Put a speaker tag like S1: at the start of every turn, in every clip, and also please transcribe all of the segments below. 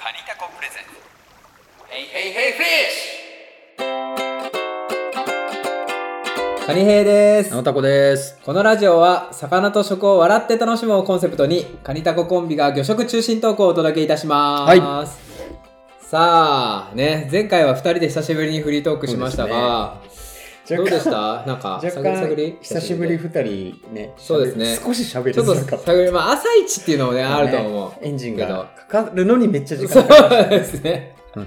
S1: レゼンツヘイヘイヘイフィッシ
S2: カニヘイです
S3: なおたこです。
S2: このラジオは魚と食を笑って楽しむをコンセプトにカニタココンビが魚食中心トークをお届けいたします、
S3: は
S2: さあね前回は2人で久しぶりにフリートークしましたが、どうでした
S3: 若
S2: なんか
S3: 干
S2: 探り探り
S3: 久しぶり二人ね。
S2: そうですね
S3: 少し喋り
S2: ちょっと
S3: づらかった。
S2: 探りまあ朝一っていうのもねあると思う、
S3: エンジンがかかるのにめっちゃ時
S2: そ
S3: 間かか
S2: う
S3: る。
S2: ですね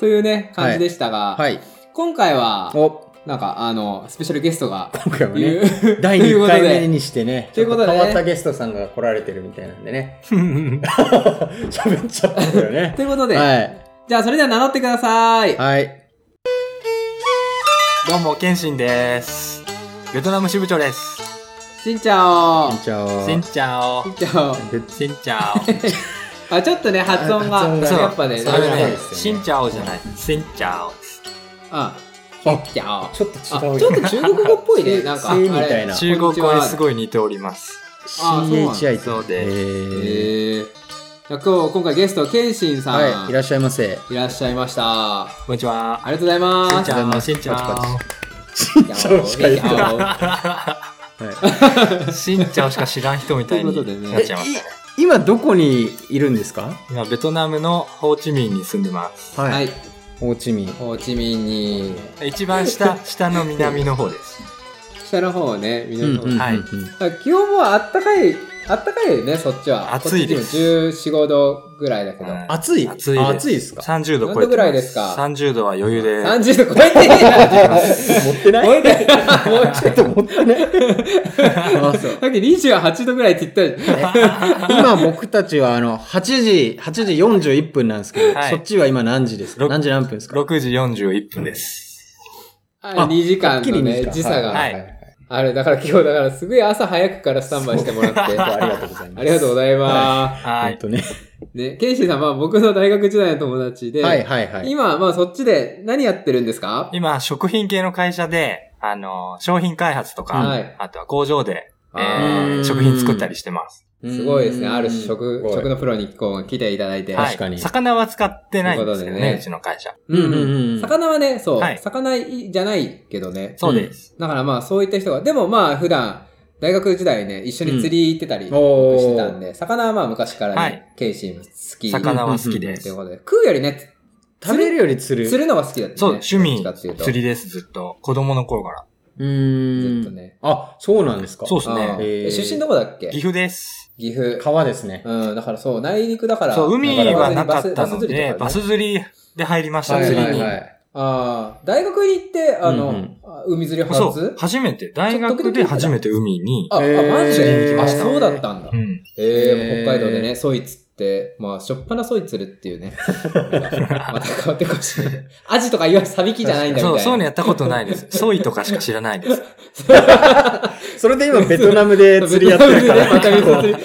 S2: というね感じでしたが、
S3: はい。
S2: 今回は
S3: お、
S2: なんかあのスペシャルゲストが
S3: 今回も
S2: い
S3: ね
S2: る、
S3: 第
S2: という
S3: 2
S2: ことで
S3: 回目にしてね、
S2: ということでね
S3: ちょっ変わったゲストさんが来られてるみたいなんでね。 喋っちゃったんだよね
S2: と。いうことで、
S3: は
S2: じゃあそれでは名乗ってください
S3: い。はい。
S1: ュどうもケンシンですベトナム支部長です
S2: しんちゃお
S3: こんにちは。
S1: シンチャオ
S2: しんちゃお
S1: シンチャオ
S2: あちょっとね発音が
S3: 発音が
S1: ね
S2: やっぱね
S3: そ
S1: あ
S3: う
S2: ダメ
S1: れ
S2: だね
S3: そう
S1: ね
S3: で、すよね
S1: シンチャオじゃない、シンチャオ。
S2: あ
S3: あ
S2: ちゃお
S3: ちょっと違
S2: あ
S3: うよ。
S2: ちょっと中 国語っぽいね
S3: せ
S2: なんか
S3: せいみたいな
S2: あれ
S1: 中国語にす
S2: い
S1: ごい似ております。
S2: あそうなんだ
S3: CHI
S1: そう
S3: え
S1: で
S3: ー
S2: えー、じゃあ今日今回ゲスト謙信さん、
S3: はい、い
S2: い
S3: ら
S2: ら
S3: っしゃいませ。
S2: っしゃいましたあ
S1: こんにちは。
S2: りがとうございます
S1: しんちゃん、
S3: し
S1: しん
S3: んち
S1: ち
S3: ゃん
S1: ゃ
S3: しん ちゃんしか言ってないは い
S1: ん。しんちゃんしか知らん人みた いに
S2: ということでね
S1: なっちゃいましたね。
S3: い今どこにいるんですか？
S1: 今、ベトナムのホーチミンに住んでます。
S3: は
S2: はい
S3: ホーチミン。
S2: ホーチミンに
S1: 一番 下、下の南の方です。
S2: 下の方ね南の方、
S1: はい
S2: あ気温もあったかいあったかいよねそっちは
S1: 暑いです
S2: 1 4 5度ぐらいだけど、
S1: はい
S3: 暑い。
S1: 暑いです
S3: あ暑いですか？
S1: 30度超えてます。
S2: 何度ぐらいですか
S1: ?30 度は余裕で。
S2: 30度超 えてねえな
S3: 持ってな
S2: 超え
S3: い。
S2: てねえなもうち
S3: ちょっと持ってない。あそう
S2: さっき28度ぐらいって言ったじゃん。
S3: 今僕たちはあの8時8時41分なんですけど、
S1: はい
S3: そっちは今何時ですか？
S1: ろく
S3: 何時何分ですか？
S1: 6時41分です。
S2: あ2時間のね、時差が、
S1: はい
S2: あれ、だから今日、だからすごい朝早くからスタンバイしてもらって、
S3: あり
S2: あ
S3: がとうございます。
S2: りがとうございま
S3: は。
S1: はいい。
S3: とね。
S2: す。ね、ケンシーさんは僕の大学時代の友達で、
S3: はいはいはい。
S2: 今、まあそっちで何やってるんですか
S1: 今、食品系の会社で、あの、商品開発とか、
S2: はい
S1: あとは工場で、え
S2: あ
S1: ー
S3: ー
S1: 食品作ったりしてます。
S2: すごいですね。ある種食、
S3: うん
S2: 食のプロにこう来ていただいて。
S1: はい
S3: 確かに
S1: 魚は使ってないんですけど
S2: ということで
S1: ね、
S2: ね
S1: うちの会社。
S3: うんうんうん
S2: 魚はね、そう、
S1: はい
S2: 魚じゃないけどね。
S1: そうです。
S2: だからまあそういった人が、でもまあ普段、大学時代ね、一緒に釣り行ってたり、
S3: おー
S2: してたんで、魚はまあ昔から
S1: は
S2: ね
S1: い、
S2: ケンシーも好き。
S1: 魚は好きで
S2: っ
S1: す。
S2: ていうことで。食うよりね、
S3: 食べるより釣る。
S2: 釣るのが好きだったね。
S1: そう、趣味
S2: どっちかっていう、と
S1: 釣りです、ずっと。子供の頃から。
S3: う
S2: ず
S3: ー
S2: っ
S3: ん
S2: とね。
S3: あ、そうなんですか。
S1: そうです
S2: ああ
S1: ね。
S3: へ
S2: え
S3: ー
S2: 出身どこだっけ
S1: 岐阜です。
S2: 岐阜。
S3: 川ですね。
S2: うん、だからそう、内陸だから。
S1: そう、海はなかっ
S2: バ
S1: た
S2: ス
S1: の
S2: 釣りとか
S1: で、
S2: ね
S1: バス釣りで入りました、
S2: はい
S1: 釣り
S2: はい
S1: に。
S3: い。
S2: ああ、大学に行って、あの、
S3: うんうん
S2: あ海釣り初
S1: そう、初めて。大学で初めて海に。
S2: あ、あ、
S3: へー
S2: マジ
S1: 行
S2: で
S1: き
S2: あ、
S1: ました
S2: そうだったんだ
S1: う。ん。
S2: ええ
S3: へー
S2: 北海道でね、ソイ釣って、まあ、しょっぱなソイ釣るっ ていうね。また変わってこしい。アジとかいわゆるサビキじゃないんだみたい
S1: そう、
S2: な。
S1: そういうのやったことないです。ソイとかしか知らないです。
S3: それで今ベトナムで釣りや ってるから、
S2: また別の 釣り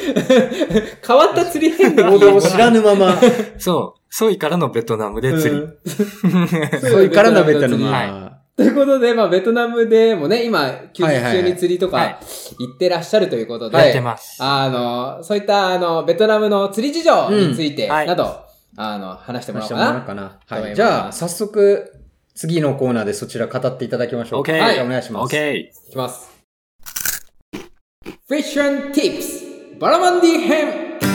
S2: 変わった釣り変
S3: 行動を知らぬまま、
S1: そう、ソイからのベトナムで釣り。
S3: そういうからのベトナム
S1: はい
S3: は。
S2: ということで、まあ、ベトナムでもね、今、休日中に釣りと
S1: はいはい
S2: か行ってらっしゃるということで、
S1: やってます。
S2: あの、そういった、あの、ベトナムの釣り事情について、
S1: うんはい
S2: など、あの、話してもらおうか
S3: 話
S2: な。
S3: してもらおうか
S2: はい
S3: なはい。じゃあ、早速、次のコーナーでそちら語っていただきましょう。
S1: OK
S3: はい、お願いします。
S1: OK。
S2: いきます。フィッションティップスバラマンディ編
S3: 何ですか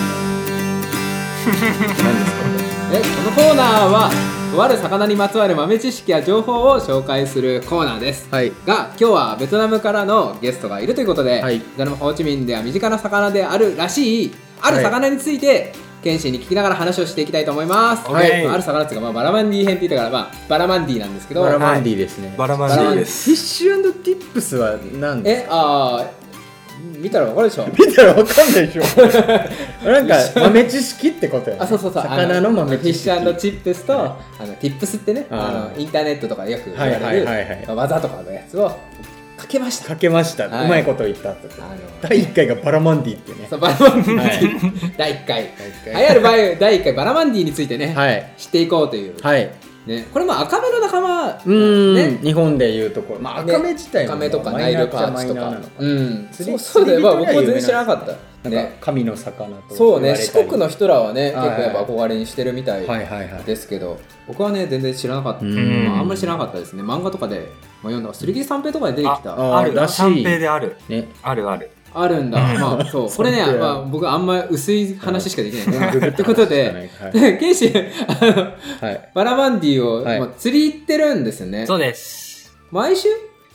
S2: えこのコーナーはとある魚にまつわる豆知識や情報を紹介するコーナーです、
S3: はい。
S2: が今日はベトナムからのゲストがいるということで、
S3: はい
S2: ベトナムホーチミンでは身近な魚であるらしいある魚について、謙信に聞きながら話をしていきたいと思います、
S1: はい
S2: まあある魚っていうか、まあ、バラマンディ編って言ったから、まあ、バラマンディなんですけど
S3: バラマンディですね。
S1: バラマジーで
S3: フ
S1: す。
S3: ィッシュティップスは何ですか
S2: えあー見たらわかるでしょ
S3: 見たらわかんないでしょ。 なんか、豆知識ってことやね
S2: あそうそうそう
S3: 魚の豆知識。
S2: あのフィッシュチップスと、
S3: は
S2: あのティップスってねあ
S3: あー
S2: のインターネットとかでよく言わ
S3: はいはいは
S2: れ
S3: いはい
S2: る技とかのやつをかけました
S3: かけました。う
S2: はい
S3: まいこと言ったってこと。
S2: あの
S3: 第1回がバラマンディってね
S2: そ。うバラマンディ、
S3: は
S2: 第1回
S3: 第一
S2: 流
S3: 回
S2: 行る場合第1回バラマンディについてね、
S3: はい。
S2: 知っていこうという
S3: はい。
S2: ね、これも赤目の仲間、ね、
S3: うん、
S2: ね
S3: 日本でいうところ、まあ、
S2: ね
S3: 赤目自体も
S2: 赤目とかナイルパーチと
S3: マイナーっちゃマイナー
S2: か
S3: なのか
S2: うんそ
S3: 釣り
S2: うそうだよ、まあ、
S3: 釣り
S2: 僕も
S3: ぐらい有名
S2: 全然知らなかった
S3: なんか
S2: ね
S3: 神の魚
S2: そ
S3: と
S2: う
S3: 言わ
S2: ね
S3: れたり
S2: 四国の人らはね結構
S3: はい
S2: やっぱ憧れにしてるみた
S3: はいいはいはい
S2: ですけど、僕はね全然知らなかった、
S1: ん
S2: まあ、あんまり知らなかったですね漫画とかで、まあ、読んだ 3D 三平とかで出てきた
S3: あ
S1: ある
S3: らしい
S1: 三平である。
S3: ね
S1: あるある。
S2: あるんだ。まあ、そう。これね、まあ、僕あんま薄い話しかできないね。ってことで、
S3: はい
S2: で、 ケンシ、あの、
S3: はい
S2: バラマンディを、
S3: はい
S2: まあ、釣り行ってるんですよね。
S1: そうです。
S2: 毎週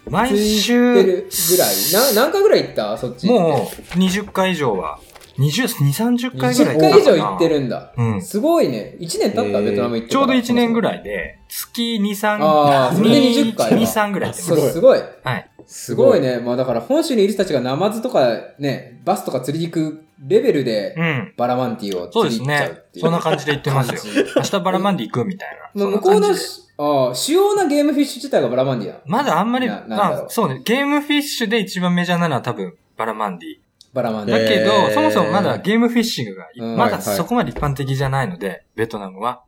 S1: 毎
S2: 釣り行
S1: 週
S2: ってる、ぐらい。な何回ぐらい行ったそっち。
S1: もう20回以上は、20、20 30回ぐらい
S2: 10回以
S1: か
S2: 上
S1: な
S2: 行ってるんだ。
S1: うん。
S2: すごいね。1年経った、
S3: えー
S2: ベトナム行って
S1: ちょうど1年ぐ
S2: い。
S1: らいで、月2、3、
S2: あーそれで20回だ
S1: 2、3ぐらいです
S2: そう、すごい。
S1: はい。
S2: すごいね。まあ、だから本州にいる人たちがナマズとかね、バスとか釣りに行くレベルで、
S1: うん。
S2: バラマンディを
S1: そうで
S2: 釣り
S1: す
S2: に行っちゃうっ
S1: ね。
S2: ていう。
S1: そんな感じで言ってますよ。明日バラマンディ行くみたいな。
S2: まあ、向こう
S1: そんな
S2: の
S1: 感じで
S2: しああ主要なゲームフィッシュ自体がバラマンディだ。
S1: まだあんまり、
S2: いやなんだろう
S1: まあ、そうね。ゲームフィッシュで一番メジャーなのは多分、バラマンディ。
S2: バラマンディ。
S1: だけど、
S3: えー
S1: そもそもまだゲームフィッシングが、
S2: うん
S1: ま
S3: は
S1: だ
S3: いはい
S1: そこまで一般的じゃないので、ベトナムは。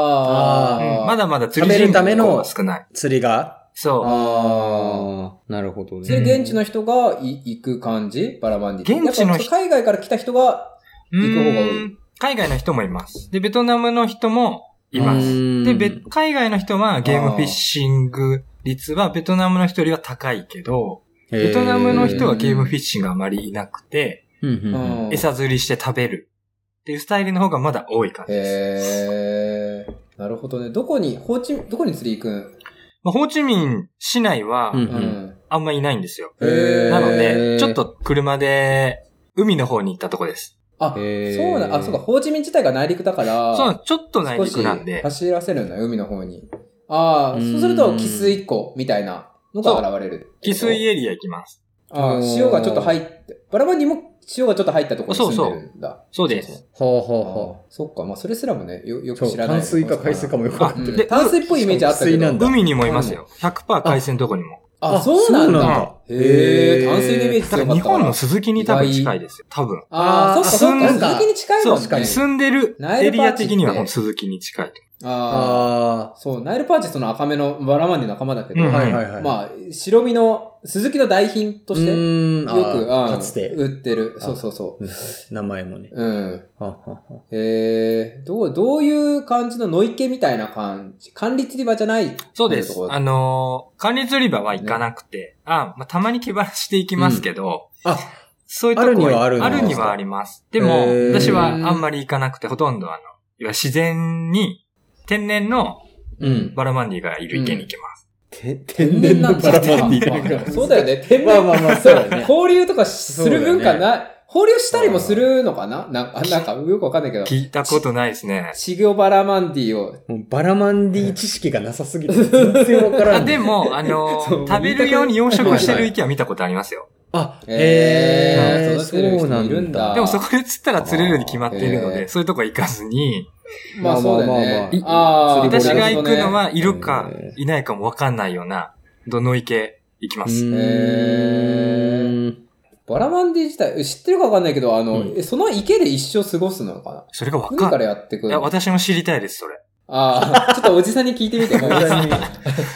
S2: あ
S3: あ
S2: あ、
S1: うんまだまだ釣り
S3: 食べ
S1: 人
S3: るための
S1: 口が少ない。
S3: 釣りが
S1: そう。
S2: ああ。
S3: なるほどね
S2: それ現地の人がい行く感じバラマンディって。
S1: 現地の人
S2: やっぱ海外から来た人が、
S1: う
S2: 行く方が多い
S1: ん海外の人もいます。で、ベトナムの人もいま
S2: う
S1: す。
S3: す
S1: で、べ海外の人はゲームフィッシング率はベトナムの人よりは高いけど、ベトナムの人はゲームフィッシングがあまりいなくて、
S2: うん
S1: 餌釣りして食べるっていうスタイルの方がまだ多い感じです。
S2: へえー、なるほどね。どこに、ホーチミン、どこに釣り行くん
S1: まあ、ホーチミン市内は
S3: うん
S2: うん。
S1: あんまいないんですよ。
S2: へー
S1: なので、ちょっと車で海の方に行ったとこです。
S2: あ、
S3: へー
S2: そうなん、あ、そうか、ホーチミン自体が内陸だから、
S1: そう、ちょっと内
S2: 少
S1: 陸
S2: し
S1: なんで。
S2: 走らせるんだ、海の方に。ああ、そうする
S3: う
S2: と、
S3: ん
S2: 汽水1個みたいなのが現れる。
S1: 汽水エリア行きます。
S2: ああ、
S3: うん
S2: 塩がちょっと入って、バラバラにも塩がちょっと入ったところに住んでるんだ。
S1: そうです。
S3: ほう
S2: あ
S3: ほう
S2: あ
S3: ほ
S2: そっか、まあそれすらもね、よよ
S3: う
S2: く知らない。
S3: 淡水か海水かもよくわかんない
S1: あで
S2: 淡水っぽいイメージあったけ
S3: しかも汽水なん
S2: ど。
S3: だ
S1: 海にもいますよ。100%海鮮のとこにも。
S2: あ、そうなん
S3: そうな
S2: だ
S3: んだ。
S2: へ
S3: へ
S2: え、
S3: ー
S2: 淡水のイメージ
S1: だ
S2: 強
S1: か
S2: かった
S1: ら
S2: わ。
S1: 日本の鈴木に多分近いですよ。多分。
S2: ああ、
S3: あ
S2: そっかそっか、
S1: なん
S3: か
S2: 鈴木に近い
S1: そ
S2: も
S1: う、
S2: んね。
S1: 住んでるエリア的にはほんと鈴木に近い。
S2: ああ、
S3: あ
S2: そう、ナイルパーチその赤目のバラマンディの仲間だけど、
S1: うん
S3: あはいはいはい
S2: まあ、白身の、鈴木の代品として、よ
S3: よ
S2: く、ああ
S3: かつて
S2: 売ってる。
S3: あ
S2: そうそうそう。
S3: 名前もね
S2: うん。
S3: ははは
S2: えー、どう、どういう感じの野池みたいな感じ管理釣り場じゃない
S1: そうです
S2: とこ。ろ
S1: あのー、管理釣り場は行かなくて、あ、まあ、たまに気晴らしていきますけど、
S3: あ
S1: そういうとこ
S3: あるにはあるんだ
S1: あるにはあります。で
S3: へ
S1: も、
S3: ー
S1: 私はあんまり行かなくて、ほとんどあの、いわゆる自然に、天然の
S3: うん
S1: バラマンディがいる池に行きます。
S3: て天然のバラマンディ
S2: まあそうだよね。天然。
S3: まあまあまあそうだよね
S2: 交流とかする文化
S3: そうだ
S2: ない。放流したりもするのかななんか、なんか、よくわかんないけど。
S1: 聞いたことないですね。
S2: シギョバラマンディを。
S3: もうバラマンディ知識がなさすぎて全然わから
S1: あ、
S3: ん。
S1: でも、あの
S2: そう
S1: ー、食べるように養殖してる池は見たことありますよ。
S3: あ、
S2: へー
S3: へー
S2: 育てる人いるんだ
S1: でもそこで釣ったら釣れるに決まっているの
S2: へー
S1: で、そういうとこは行かずに、
S2: まあそうだよね。
S3: ま
S2: ああ
S3: あまあまあい
S1: 私
S2: ー
S1: が行くの、
S2: なる
S1: は、いるか
S3: え
S1: いないかもわかんないような、どの池行きま
S3: う
S1: す。
S3: ーん
S2: ほどねバラマンディ自体、知ってるかわかんないけど、あの、
S3: うん
S2: えその池で一生過ごすのかな
S1: それがわ
S2: 海
S1: か
S2: か
S1: ん
S2: らやってく
S1: い
S2: る
S1: や、
S2: の。
S1: 私も知りたいです、それ。
S2: あ あ、ちょっとおじさんに聞いてみて。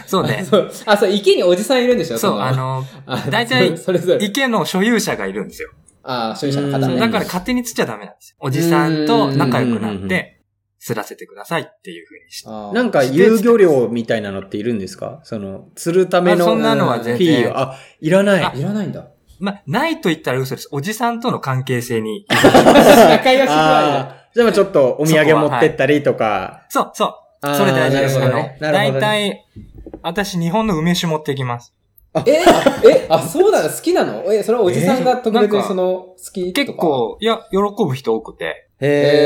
S1: そうね。
S2: そうあ、 そう、池におじさんいるんでしょ
S1: そう、
S2: の
S1: あの、
S2: あ
S1: 大体
S2: それぞれ。
S1: 池の所有者がいるんですよ。
S2: ああ、所有者の方
S3: うん
S2: ね。
S1: だから勝手に釣っちゃダメなんですよ。おじさんと仲良くな
S3: うんうんう
S1: っ
S3: んうん
S1: て、釣らせてくださいっていう風にして。
S2: あー
S3: なんか遊漁漁みたいなのっているんですかその、釣るため
S1: あ、
S3: の
S1: そんなのは全
S3: フィー
S1: 然。
S3: を。あ、いらない。
S2: いらないん だ。
S1: まあ、ないと言ったら嘘です。おじさんとの関係性に。
S2: 仲良し具合
S3: あーじゃあちょっとお土産持ってったりとか。
S1: そう、そう。
S3: あー
S1: それ大事です。
S3: な
S1: あ
S3: るほど
S1: の
S3: ね、なるほ
S1: 大
S3: どね。
S1: 体、私日本の梅酒持ってきます。
S2: だ。え、え、あ、そうなの好きなのえ、それはおじさんが特別にその、好きとか。
S1: 結。構、いや、喜ぶ人多くて。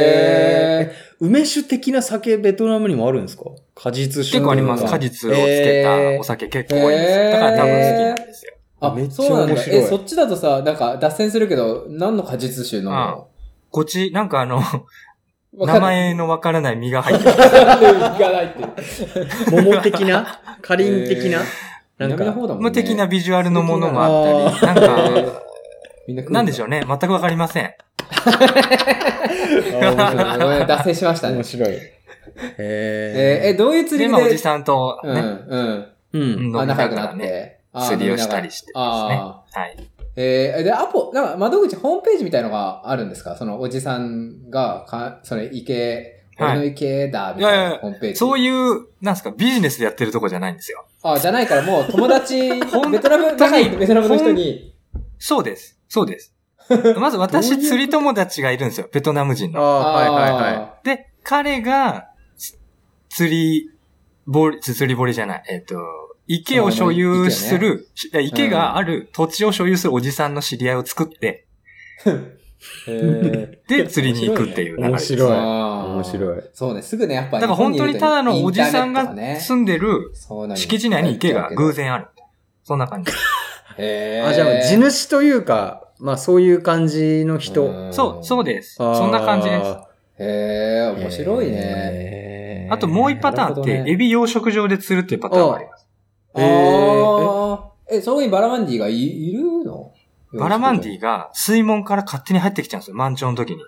S3: へー。梅酒的な酒、ベトナムにもあるんですか果実酒
S1: 結構あります。
S3: とか
S1: 果実をつけたお酒結構多いんです
S2: へー
S1: よ。だから多分好きなんですよ。
S2: あ
S3: めっ、ちゃ
S2: そうなんだ
S3: 面。白い
S2: え、そっちだとさ、なんか脱線するけど、何の果実酒の
S1: こっち、なんかあの、
S2: わか
S1: 名
S2: る
S1: 前のわからない実が入ってる。
S2: なんでいかないっていう。
S3: 桃的なかりん的な、なん
S2: 南の
S3: か、
S2: 方だもんね。
S1: 無的なビジュアルのものもあったり、なんか、
S2: みんな来る
S1: なんでしょ
S2: ょ
S1: うね。全くわかりません。
S3: あー面白 い
S2: ごめん、脱線しましたね
S3: 面。白い。
S2: えーえ、
S3: え
S2: どういう釣
S1: で、
S2: り
S1: まあ、おじ
S2: で
S1: さんと
S2: うん、
S1: ね、
S2: うん。
S3: ー。うん。
S1: 飲
S2: あ、
S1: み
S2: 仲
S1: な
S2: 良く
S1: が
S2: な
S1: ら
S2: っ
S1: ね、
S2: て。あー
S1: 釣りをしたりしてですね。
S2: 飲みながらあ
S1: はい。
S2: ーえー、で、アポ、なんか窓口ホームページみたいのがあるんですかそのおじさんが、かそれ、池、
S1: はい
S2: 俺の池だ、みた
S1: いや
S2: い
S1: いやい
S2: な
S1: や
S2: ホームページ。
S1: そう
S2: う。
S1: いう、なんですか、ビジネスでやってるとこじゃないんですよ。
S2: あ、じゃないからもう友達、
S1: 本当に
S2: ベトナム、仲いいベトナムの人に、
S1: そうです。そう です。まず
S3: どうい
S1: 私、
S3: うこと
S1: 釣り友達がいるんですよ。ベトナム人
S3: あ
S1: の。
S3: あ、はいはいはい。
S1: で、彼が、つ釣り、ぼり、つ釣り堀じゃない、えっ、と、池を所有する、しいや池がある土地を所有するおじさんの知り合いを作って、
S2: い。え
S1: で、釣りに行くっていう流れ
S3: 面
S1: です。
S2: ー、
S3: 白い。
S2: 面
S3: 面白い。
S2: そうね、すぐね、やっぱ
S1: だから本当にただのおじさんが
S2: 住
S1: 住んでる
S2: ん
S1: 敷地内に池が偶。然ある。そんな感じ。
S2: へー
S3: あ、じゃあ、地主というか、まあそういう感じの人。
S2: ん
S1: そう、そうです。そんな感じです。
S2: へえ、
S3: あー。
S2: 面白いね。
S3: えー
S1: あともう一パターン
S2: なるほ
S1: っ
S2: ど
S1: て、
S2: ね
S1: エビ養殖場で釣るっていうパターンがあります。
S3: えー
S2: あーえ、そこにバラマンディがいいるの
S1: バラマンデ
S2: ィ
S1: ィが水門から勝手に入ってきちゃうんですよ、満潮の時に。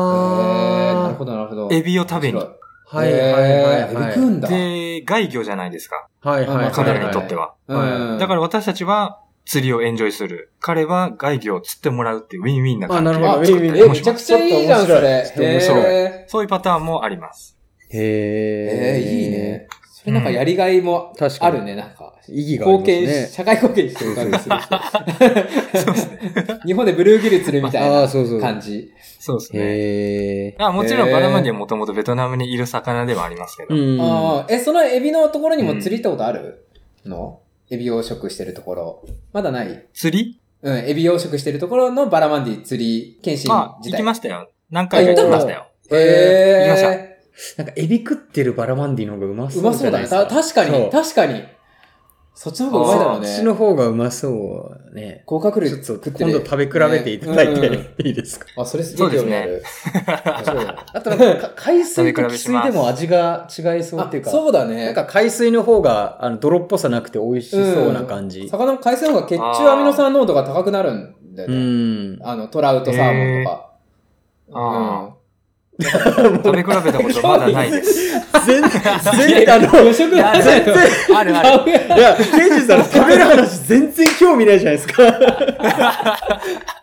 S2: えー、なる
S3: あ
S2: ほど、なるほど。
S1: エビを食べに
S2: 面白い
S3: あ。はいはいはい
S2: えーエ
S3: は
S2: ビ
S3: い。
S2: 食うんだ。
S1: で、外魚じゃないですか。
S3: はいはいはい。
S1: 彼らにとっては。
S2: うん。
S1: だから
S2: ら、
S1: 私たちは釣りをエンジョイする。彼は外魚を釣ってもらうっていうウィンウィンな
S3: あ、
S1: 感じ。
S3: なるほど。
S2: あ
S3: ウィンウィン
S2: え、めちゃくちゃいいじゃん、それ。
S3: ちょっと面白い
S2: え
S1: そういうパターンもあります。
S2: ー、
S3: へ
S2: えーいいね。それなんかやりがいも
S3: 確か
S2: あ
S3: に。
S2: るね、なんか。
S3: 意義があ り
S2: 貢
S3: ますね。
S2: 献し、社会貢献してる感じする。
S1: そうですね。
S2: 日本でブルーギル釣るみたい
S3: ああー、
S2: な
S3: そうそう。
S2: 感じ。
S1: そうですね。
S3: へえ。
S1: あもちろん
S2: へー
S1: バラマンディはもともとベトナムにいる魚ではありますけど。
S3: うん。
S2: ああ、え、そのエビのところにも釣り行ったことあるのエビ養殖してるところ。まだない
S1: 釣り
S2: うん、エビ養殖してるところのバラマンディ釣り、検診
S1: あ、
S2: 自
S1: 行き
S2: 体。
S1: ましたよ。何回か行きましたよ。行
S2: へ
S1: きました
S2: え
S3: なんか、エビ食ってるバラマンディの方がうまそうう
S2: まそうだね。
S3: じゃな
S2: た
S3: いですか
S2: 確か
S3: そ
S2: に、
S3: う
S2: 確かに。そっちの方がうまいだろう
S3: そっ
S2: ね
S3: ち。の方がうまそうね。
S2: 甲殻類
S3: ちょっと
S2: 食って
S3: 今
S2: る。
S3: 度食べ比べていただい
S2: ねうんうん
S3: ていいですか
S2: あ、それすげえ興味ある。
S3: あとなんか、海水
S1: 食べ比
S3: と汽
S1: べし
S3: 水
S1: ます
S3: でも味が違いそうっていう
S2: あ
S3: か、
S2: そうだ
S3: なん
S2: ね。
S3: か海水の方があの泥っぽさなくて美味しそうな感じ。
S2: 魚の海鮮の方が血中アミノ酸濃度が高くなるんだよ
S3: う
S2: ね。
S3: ん。
S2: あの、トラウトサーモンとか。
S1: あー
S2: うん
S1: 食べ比べたことまだないです。
S3: 全
S2: い
S3: 然、
S2: や
S3: 全然、あの、
S2: 魚食
S1: いや
S2: ない
S1: 全然あるある。
S3: いや、ケイジさん食べる話全然興味ないじゃないですか。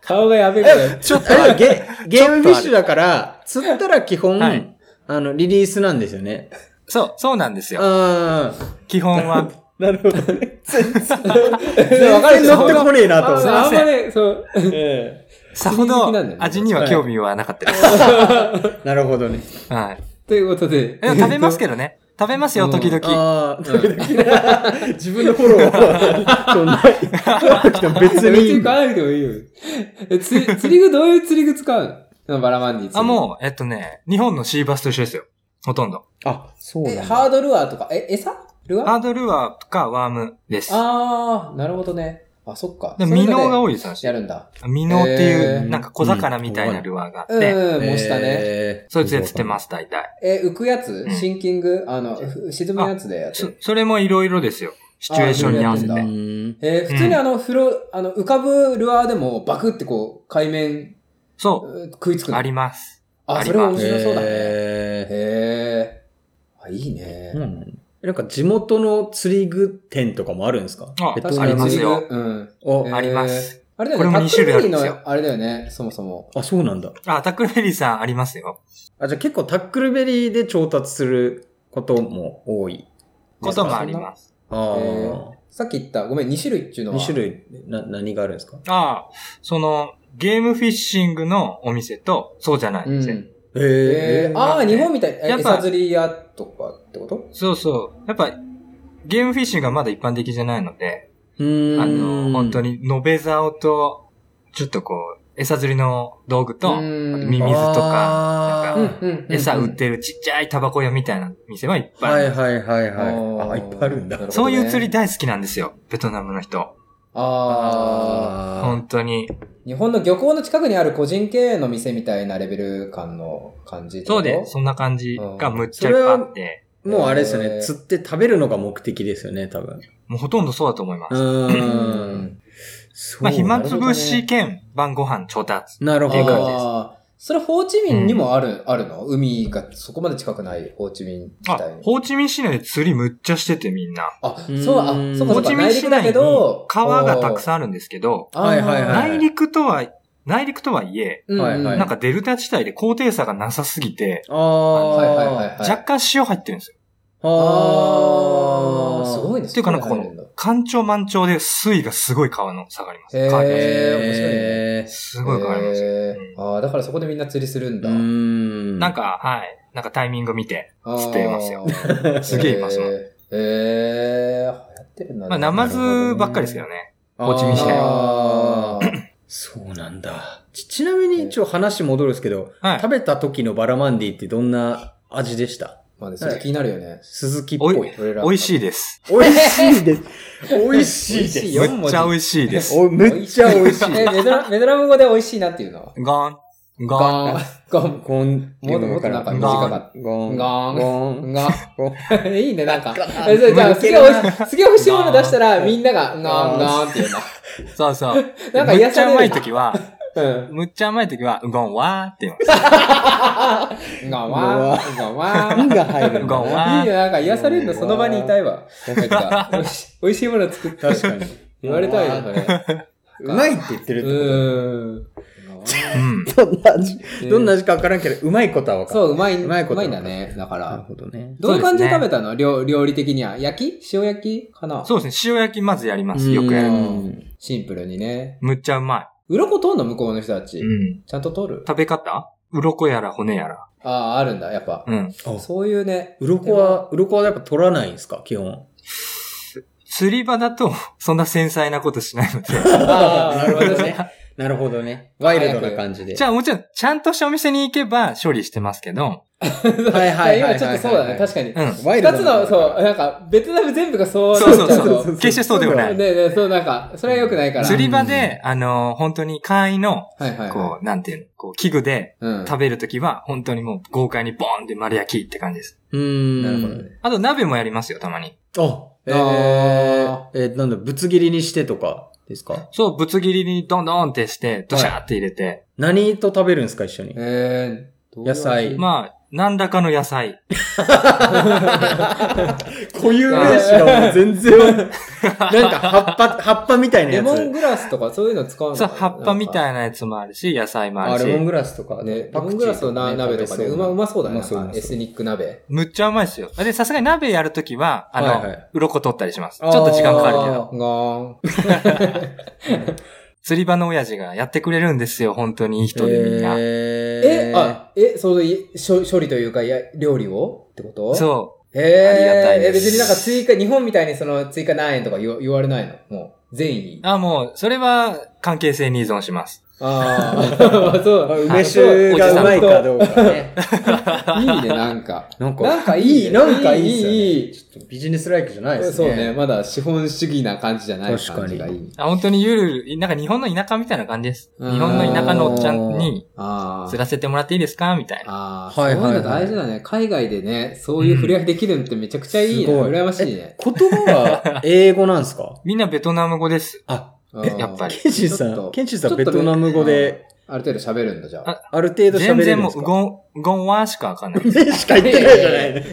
S2: 顔がやべえからい。
S3: ちょっとあれゲ、ゲームフィッシュだから、釣ったら基本、
S1: はい
S3: あの、リリースなんですよね。
S1: そう、そうなんですよ。
S3: ああ、
S1: 基本は。
S3: なるほどね。 全然、
S2: 全
S3: 全然乗ってこねえなと思って。
S2: ああんまね、そう。
S3: え
S1: さほ
S2: 釣り好
S1: ど
S2: きなんだよね
S1: 味には興味はなかったです。
S3: えなるほどね。
S1: はい。
S2: ということで。
S1: でも食べますけどね。食べますよ、時々。
S3: ああ、 自分のフォローを、ない。 別
S2: 別
S3: にいい
S2: に
S3: ん
S2: 買
S3: だ。
S2: わなくてもいいよ。え釣り釣り具、どういう釣り具使うのそのバラマンディ釣り。
S1: あ、もう、えっとね、日本のシーバスと一緒ですよ。ほとんど。
S3: あ、そう
S2: う。え、
S3: なん
S2: ハー
S3: だ。
S2: ドルアーとか、え、餌ルアー
S1: ハードルアーかワームです。
S2: あー、なるほどね。あ、そっか。
S1: でミノーが
S2: い。
S1: 多いですよ。
S2: やるんだ。
S1: ミノーってい
S2: え
S1: う、
S2: ー
S1: なんか小魚みたいなルアーがあ
S2: う
S1: っ
S2: ん、
S1: て、
S2: うん、模したね。
S3: ね
S1: そいつで釣ってます、大体。
S2: え、浮くやつ
S1: ん
S2: シンキングあの、ふ沈むやつでやって
S1: そ
S2: る。
S1: それもいろいろですよ。シチュエーションに合わせ
S2: あーいろいろやってんだ
S1: て。
S3: うん
S2: えー普通にあの、風呂、あの、浮かぶルアーでもバクってこう、海面、
S1: そう
S2: 食いつく
S1: う、
S2: の
S1: あります。
S2: あ、
S1: あり
S2: それは
S1: ま
S2: 面
S1: す
S2: 白そうだね。へ
S3: へ
S2: え。あ、いいね
S3: ー。なんか地元の釣り具店とかもあるんですか
S1: あ
S3: ベト
S2: 確
S1: あり
S2: かに
S3: ナム
S1: ますよ
S2: 釣り具うん。
S3: お
S2: えー
S1: あります。
S2: あれだよ
S1: これ
S2: ね、
S1: も
S2: タ
S1: 二
S2: ッ
S1: 種
S2: ク
S1: 類あ
S2: ルベ
S1: る
S2: リ
S1: んで
S2: ー
S1: すよ
S2: の、あれだよね、そもそも。
S3: あ、そうなんだ。
S1: あ、タックルフェリーさんありますよ。
S3: あ、じゃあ結構タックルベリーで調達することも多い。
S1: こともあります。
S3: あ
S2: えー
S3: あ。
S2: さっき言った、ごめん、2種類っていうのは。
S3: 2種類、な、何があるんですか
S1: ああ、その、ゲームフィッシングのお店と、そうじゃない店。
S2: うん。
S3: へ
S2: えー、ああ、日本みたい。え
S1: やっぱ
S2: 餌釣り屋とかってこと
S1: そうそう。やっぱ、ゲームフィッシングがまだ一般的じゃないので、
S3: うーん
S1: あの、本当。に、延べ竿と、ちょっとこう、餌釣りの道具と、
S2: う
S1: あと
S2: ん
S1: ミミズとか、な
S3: あー
S1: ん
S2: うんうん
S1: 餌売っ。てるちっちゃいタバコ屋みたいな店はいっぱ
S3: はい
S1: あ
S3: い
S1: る。
S3: はいはい
S2: あー
S3: はい。あ、いっぱいあるん
S2: な。る
S3: だ
S2: ほど
S1: そういう釣り大好きなんですよ、ベトナムの人。
S2: ああ。
S1: 本当に。
S2: 日本の漁港の近くにある個人経営の店みたいなレベル感の感じってこ
S1: そう
S2: と
S1: です。そんな感じがむっちゃいっぱいあって、
S3: もうあれですよ
S2: え
S3: ね。
S2: ー
S3: 釣って食べるのが目的ですよね、多分。
S1: もうほとんどそうだと思いま
S3: う
S1: す。
S2: う
S3: ーん。
S2: ん。
S3: そう
S1: まあ、暇
S3: なる
S1: つぶし兼晩ご飯調達。
S3: なる
S1: っていう
S3: ほ
S1: 感じ
S3: ど。
S1: です
S2: ああ。それホーチミンにもある、あるの海がそこまで近くないホーチミン自
S1: あ
S2: 体、に。
S1: ホーチミン市内で釣りむっちゃしててみんな。
S2: あ、そう、あ、
S3: うん
S2: そうか
S1: ホー
S2: そうか、
S1: チミン
S2: 内
S1: 市
S2: 陸だ
S1: 内
S2: け
S1: に
S2: ど、
S1: 川がたくさん
S2: ん。
S1: あるんですけど、
S2: あーはいはいはい。
S1: 内陸とは、内陸とはいえ、
S2: うんうん
S3: はいはい
S1: なんかデルタ地帯で高低差がなさすぎて、
S3: ああ。
S2: はいはいはいはい。
S1: 若干塩入ってるんですよ。
S2: あ
S3: あ
S2: あ、すごいね。
S1: っていうかなんかこの
S2: そ入るんだ
S1: 干潮満潮で水位がすごい川の下がります。
S2: へー
S1: 変わります
S2: へ
S3: へ
S1: すごい変わりますよ。
S2: へーああ、だからそこでみんな釣りするんだ。
S3: ん
S1: なん、か、はい。なんかタイミング見て、
S2: あー
S1: 釣ってますよ。すげえいますもん。
S2: へーへー流行ってるんだね。
S1: まあ、ナマズばっかりですけどね。ホーチミン市内
S2: あー
S3: そうなんだ。ちちなみに一応話戻るんですけど、
S1: はい
S3: 食。べた時のバラマンディってどんな味でした
S2: まあね、それ気になるよね。
S3: 鈴木っぽい。
S1: お
S3: 美
S2: 俺ら
S1: 美味しいです。
S3: 味しいです。 美味しい
S2: 美味しい
S3: です。
S2: よ
S1: めっちゃ美味しいです。
S3: おめっちゃ美味しい。
S2: え、ベトナムベトナム語で美味しいなっていうの
S1: ガン、ガン。
S2: ガーン。ガーン。
S3: ゴン、。
S2: もっともっとなんか
S1: 短か
S2: った
S3: ゴン。
S2: ガーン
S3: ゴン。
S2: が
S3: ゴン。
S2: いいね、なんか。えそれじゃあ、
S3: 向
S2: す
S3: け
S2: げえ
S3: る
S2: 美
S3: な
S2: 味しい、すげえ美味しいもの出したら、みんなが、ガーンガーンって言うんだ。
S1: そうそう。
S2: なんか
S1: む
S2: 癒
S1: っち
S2: さ
S1: ゃ
S2: れ
S1: うま
S2: る
S1: い
S2: な。
S1: 時は、
S2: うん。
S1: むっちゃ甘い時は、うごんわーって言い ます。
S2: ガンワーン、ガンワーン
S3: ンが入る
S1: うんご
S3: だ
S1: ん
S3: ね。
S1: わー。
S2: いいよ、なんか癒されるの、その場にいたいわ。なんか、美味しい美味しいもの作って
S3: 確かに。
S2: 言われたいよ、それ。
S3: うまいって言ってる
S2: う
S3: ってこと
S2: ーん。
S1: うん。
S3: どんな味、どんな味か分からんけど、うまいことは分かる。
S2: そう、うまい、
S3: うまいこと
S2: うまいんだね。だか
S3: なる
S2: ら。
S3: ほどね。
S2: どういう感じで
S1: そう
S2: 食
S1: で
S2: べたの料料理的には。焼き塩焼きかな
S1: そうですね。塩焼きまずやります。よくや
S2: う
S1: る。
S2: んシンプルにね。
S1: むっちゃうま
S2: 鱗取んの向こうの人たち
S1: い。う。ん。
S2: ちゃんと取る
S1: 食べ方鱗やら骨やら。
S2: ああ、あるんだ、やっぱ。
S1: うん。
S3: あ
S2: そういうね。
S3: 鱗は、鱗はやっぱ取らないんですか基本。
S1: 釣り場だと、 そんな繊細なことしないので。
S2: ああ、なるほど ね。。
S3: なるほどね。ワイルドな感じ で。
S1: じゃあもちろん、ちゃんとしたお店に行けば処理してますけど、
S3: はいはいはいはいはい
S2: 今ちょっとそうだね、確かに。
S1: うん。
S3: ワイル
S2: 二
S3: ド
S2: つ
S3: な
S2: の、そう、なんか、ベトナム全部がそう
S1: そう
S2: な
S1: そ
S2: っ
S1: う
S2: ちゃうと。
S1: そう。決してそうではな
S2: ね
S1: い。
S2: えねえ、そうなんか、それは良くないから。
S1: 釣り場で、あの、本当に会員の、
S2: はいはいは
S1: こう、なんていうの、こう、器具で
S2: い。うん。
S1: 食べるときは、本当にもう豪快にボーンって丸焼きって感じです。
S3: うーん。
S2: なるほどね。
S1: あと鍋もやりますよ、たまに。
S3: あ、え
S2: あ
S3: ー、えーなんだ、ぶつ切りにしてとかですか
S1: そう、ぶつ切りにドンドンってして、ドシャーって入れて、
S3: 何と食べるんですか一緒に。
S2: えー、どういう味
S3: 野菜
S1: まあ、何らかの野菜。
S3: 固有名詞がもう 全然、なんか葉っぱ、葉っぱみたいな
S2: レ
S3: や
S2: モン
S3: つ。
S2: グラスとかそういうの使うの
S1: そう、葉っぱみ
S2: い
S1: たいなやつもあるし、野菜もあ
S3: あ、レモ
S1: る
S3: ン
S1: し。
S3: グラスとか。
S2: な。ね、レ
S3: パ
S2: モ
S3: ク
S2: ン
S3: チ
S2: グ
S3: ー
S2: ラスのな
S3: ね
S2: 鍋とかで、
S3: 食べ
S2: う
S3: そう
S2: ま、うまそうだね。
S3: うまそう
S2: なんか
S3: うまそう
S2: エスニック鍋。
S1: むっちゃうまいですよ。で、さすがに鍋やるときは、あの、
S3: はいはい
S1: 鱗取ったりします。ちょっと時間かかるけど。
S2: ど。がーん。
S1: 釣り場の親父がやってくれるんですよ、本当にいい人でみんな。
S3: え
S2: え、あ、え、その、い処処理というか、いや料理をってことう。
S1: そ
S2: へ
S1: ありがたい
S2: え、え、
S1: です
S2: 別になんか追加、日本みたいにその追加何円とか言わ言われないのもう、善意
S1: う。。あ、もう、それは関係性に依存します。
S2: ああ、 そう。
S3: 梅酒がうまいかどうかね。
S2: か。いいね、なんか。
S3: なんか、
S2: なんかいいね
S3: なんかいいっすよね
S2: いいいい
S3: ちょっとビジネスライクじゃないです
S2: そう
S3: ね。
S2: ね、。まだ資本主義な感じじゃない
S3: 確かに
S2: 感じがいい。
S1: あ本当にゆるゆる、なんか日本の田舎みたいな感じです。
S2: うん
S1: 日本の田舎のおっちゃんに
S2: あ
S1: 釣
S2: あ。
S1: らせてもらっていいですかみたいな。
S2: ああ、そ
S3: は
S2: うい
S3: いうはいはい
S2: の大事だね。海外でね、そういう触れ合いできるのってめちゃくちゃいいね。
S3: うんすごい
S2: 羨ましいね。
S3: 言葉は英語なんで すか
S1: みんなベトナム語です。
S3: あ、
S2: うん
S1: やっぱり
S3: ケンシンさ
S2: ちょっと
S3: ん、ケンシンさ
S2: ちょ
S3: ん
S2: っと
S3: ベ
S2: ね
S3: トナム語で、
S2: ある程度喋るんだ、じゃあ。
S3: ある程度
S1: 全
S3: 喋れる
S1: 然
S3: んで
S1: も
S3: す
S1: う、
S3: か
S1: うごん、うごんわーしかわか んない。
S3: ねしか言ってないじゃないね。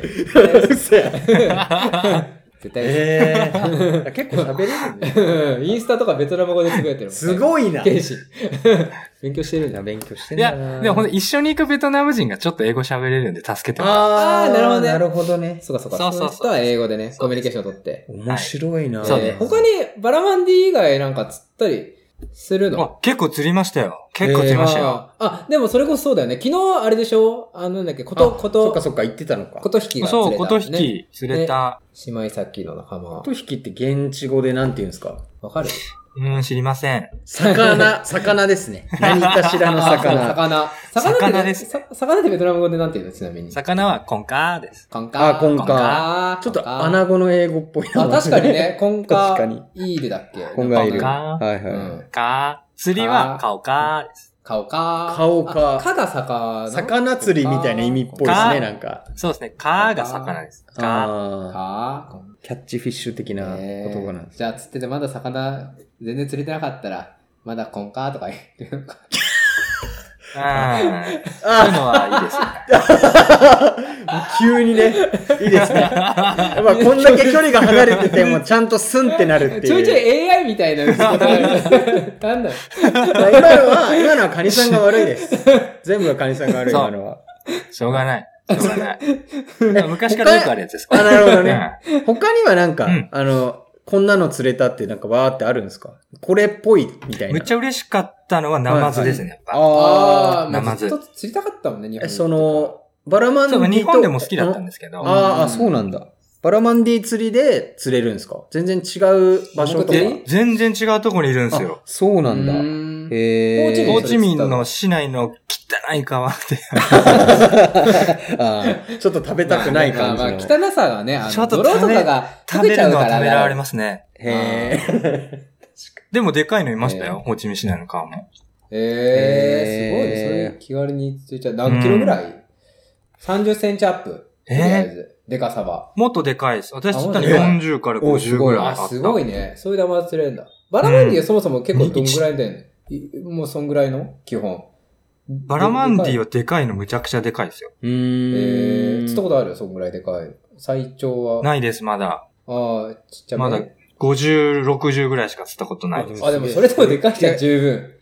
S3: うっせえ。
S2: 絶対。
S3: えー、結構喋れる ね。
S2: インスタとかベトナム語でつぶやいてるもんね。
S3: すごいな。
S2: 剣士勉強してるんだ。
S3: 勉強して
S1: いや、でもほんと
S3: に。
S1: 一緒に行くベトナム人がちょっと英語喋れるんで助けてます。
S3: あ
S2: あー
S3: ー、
S2: な
S3: な
S2: る
S3: る
S2: ほ
S3: ほ
S2: ど
S3: ど
S2: ね
S3: ね。なるほどね。
S2: そうかそうか。
S1: そうそうそう
S2: の人は英語でね、コミュニケーションを取って。
S3: 面白いな。
S1: そう
S2: え
S1: で
S2: ー
S1: す
S2: 他にバラマンディ以外なんか釣ったりするの
S1: あ結構釣りましたよ。結構釣りましたよ。
S2: あーあ、でもそれこそそうだよね。昨日あれでしょあの、なんだっけ、こと、
S1: あ
S2: こと、
S3: そっかそっか、言ってたのか。
S2: 琴引きが釣
S1: そ
S2: れた、
S1: う、
S2: ね。
S1: 琴引。き釣れた。
S2: 姉妹さっきの仲間。
S3: 琴引きって現地語でなんて言うんですか
S2: わかる
S1: うん、知りません。
S3: 魚、魚ですね。何かしらの
S2: あ
S3: 魚。
S2: 魚。魚って
S1: 魚です
S2: さ魚ってベトナム語でなんて言うのちなみに。
S1: 魚はコンカーです。
S2: コンカー。
S3: あコンカー
S2: コー
S3: ちょっと穴子の英語っぽいな
S2: あ、確かに。 ね、コンカ
S3: 確か
S2: ー
S3: に。
S2: イールだっけ
S3: コンガイ
S1: ル
S3: ル。
S1: カ
S3: はいは
S2: う
S3: い。
S2: ん。
S1: カー。釣りはカオカーです。
S2: 顔か。
S3: 顔か
S2: あかが魚。
S3: 魚釣りみたいな意味っぽいです
S1: か
S3: ね、なんか。
S1: そうですね。カーが魚です。カー。
S3: あ
S2: か。コン
S3: ーキャッチフィッシュ的な
S2: えー
S3: 言葉なんです。
S2: じゃあ釣っててまだ魚全然釣れてなかったらまだコンカーとか言ってるのか
S1: あーそういう
S3: あ
S1: のはいいですよね。
S3: 急 にね、いいですね。やっぱこんだけ距離が離れてても、ちゃんとスンってなるって
S2: ちょいちょ
S3: いう。
S2: い AI みたいなことがあります。なんだろ
S3: ま あ今のは、今のはカニさんが悪 いです。全部がカニさんが悪い、
S1: そう
S3: 今のは。
S1: しょうがない。しょうがない。昔からよくあるやつです。
S3: あ、なるほどね。
S1: う
S3: 他にはなんか、
S1: うん
S3: あの、こんなの釣れたってなんかわーってあるんですかこれっぽいみたい
S1: ん。め
S3: な
S1: っ。ちゃ嬉しかったのはナマズですね、やっぱ。
S2: う。ああ、
S3: あ
S1: ー
S2: まあずっと釣りたかったもんね、日
S3: あ、
S2: 本
S3: えそ、の、バラマンデ
S1: そう
S3: ィ
S1: 日本でも好きだったん
S3: で
S1: ですけ
S3: あ
S1: ど。
S3: ーあ、
S2: うん
S3: そうなんだ。バラマンディ釣りで釣れるんですか全然違う場所とか。
S2: え
S1: 全然違うとこにいるんですよ。
S3: あそうな
S2: なんんだ
S3: だ。。
S2: え
S3: え
S2: ー
S1: ホ
S2: 高
S1: ー
S2: 知
S1: チミンの市内の汚い川で、
S3: あーちょっと食べたくない感じ
S2: まあ
S3: の。
S2: まあまあ汚さがね、あ
S1: ちょ
S2: の、
S1: っと
S2: 泥とかが溶
S1: 食べ
S2: けちゃ
S1: る
S2: う
S1: の
S2: か
S1: は
S2: ら
S1: 食べられ
S2: ね。
S1: ますね。
S3: へー
S1: でもでかいのいましたよ、
S2: え
S1: ホーチミン市内の川も。
S2: えー、すごいね。そ
S3: えー
S2: れ気軽に釣れちゃう。何キロぐらい、?30 センチアップ。とりあえ
S1: えー
S2: ず。でかさは。
S1: もっとでかいです。私釣ったの
S3: あほん
S1: 40から
S3: おす
S1: 50
S3: ごい
S1: ぐらいあ
S2: あ、
S1: った。
S2: すごいね。そういうダマ釣れるんだ。バラマンディはそもそも結構どんぐらいだよね。いもうそんぐらいの基本。
S1: バラマンディ
S2: は、
S1: はでかいのむちゃくちゃでかいですよ。
S3: う
S2: え
S3: ー
S2: ー、
S3: ん。
S2: 釣ったことあるそんぐらいでかい。最長は。あ
S1: ないです、まだ。
S2: あ、ちっちゃめ。
S1: まだ50、60ぐらいしか釣ったことないです。
S2: あ、でもそれでもでかいじゃん、十分。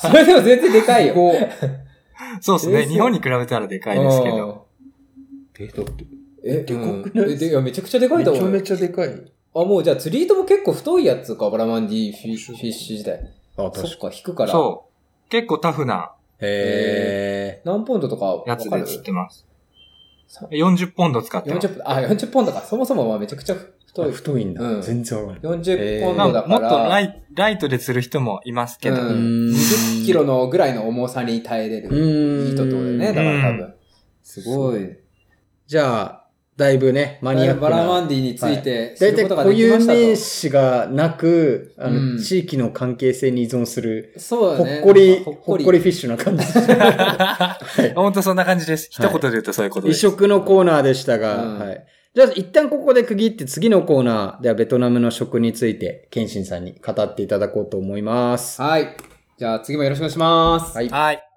S2: それでも全然でかいよ。
S1: そうです
S2: えー
S1: ね。
S2: そう
S1: 日本に比べたらでかいですけど。
S3: えだって
S2: うん。え、
S3: でかく
S2: う
S3: ない
S2: んえでいやめちゃくちゃでかいと思うよ。
S3: ちゃでかい。
S2: あ、もうじゃあ釣り糸も結構太いやつか、バラマンディフィフィッシュ時代。
S3: あ、
S2: そ
S3: 確か
S2: っか、引くから。
S1: そう。結構タフな
S3: へ
S2: 何ポンドとかわか
S1: やつで
S2: る
S1: 釣ってます
S2: さ。
S1: 40ポンド使ってます。
S2: 40ポンド、あ、40ポンドか。そもそもまあめちゃくちゃ
S3: ー
S2: 太い
S3: あ。太いんだ。
S2: うん
S3: 全然わかんない。
S2: 40ポン
S1: まあ
S2: ドだ
S1: も
S2: か
S1: っ
S2: ら、
S1: とライライトで釣る人もいますけど。
S2: うん
S3: ーん
S2: 20キロのぐらいの重さに耐えれる。いい糸ってことだよね、だから多分。すごい。
S3: じゃあ、だいぶね、マニアックな。
S2: バラマンディについて知
S3: 大
S2: る
S3: 体
S2: ことが
S3: 固
S2: できま
S3: 有
S2: したと。
S3: 名詞がなく、あの、
S2: うん
S3: 地域の関係性に依存する、
S2: そうだ
S3: ほっ
S2: ね。
S3: こり、
S2: ほ
S3: ほ
S2: っ
S3: っ
S2: こ
S3: こ
S2: り。
S3: りフィッシュな感じ。
S1: 本当そんな感じです。一
S3: はい
S1: 言で言うとそういうことで
S3: 異
S1: す。
S3: 色のコーナーでしたが、
S2: うん
S3: はい。じゃあ、一旦ここで区切って次のコーナーではベトナムの食について、謙信さんに語っていただこうと思います。
S2: はい。じゃあ次もよろしくお願いします。
S3: はい
S1: はい。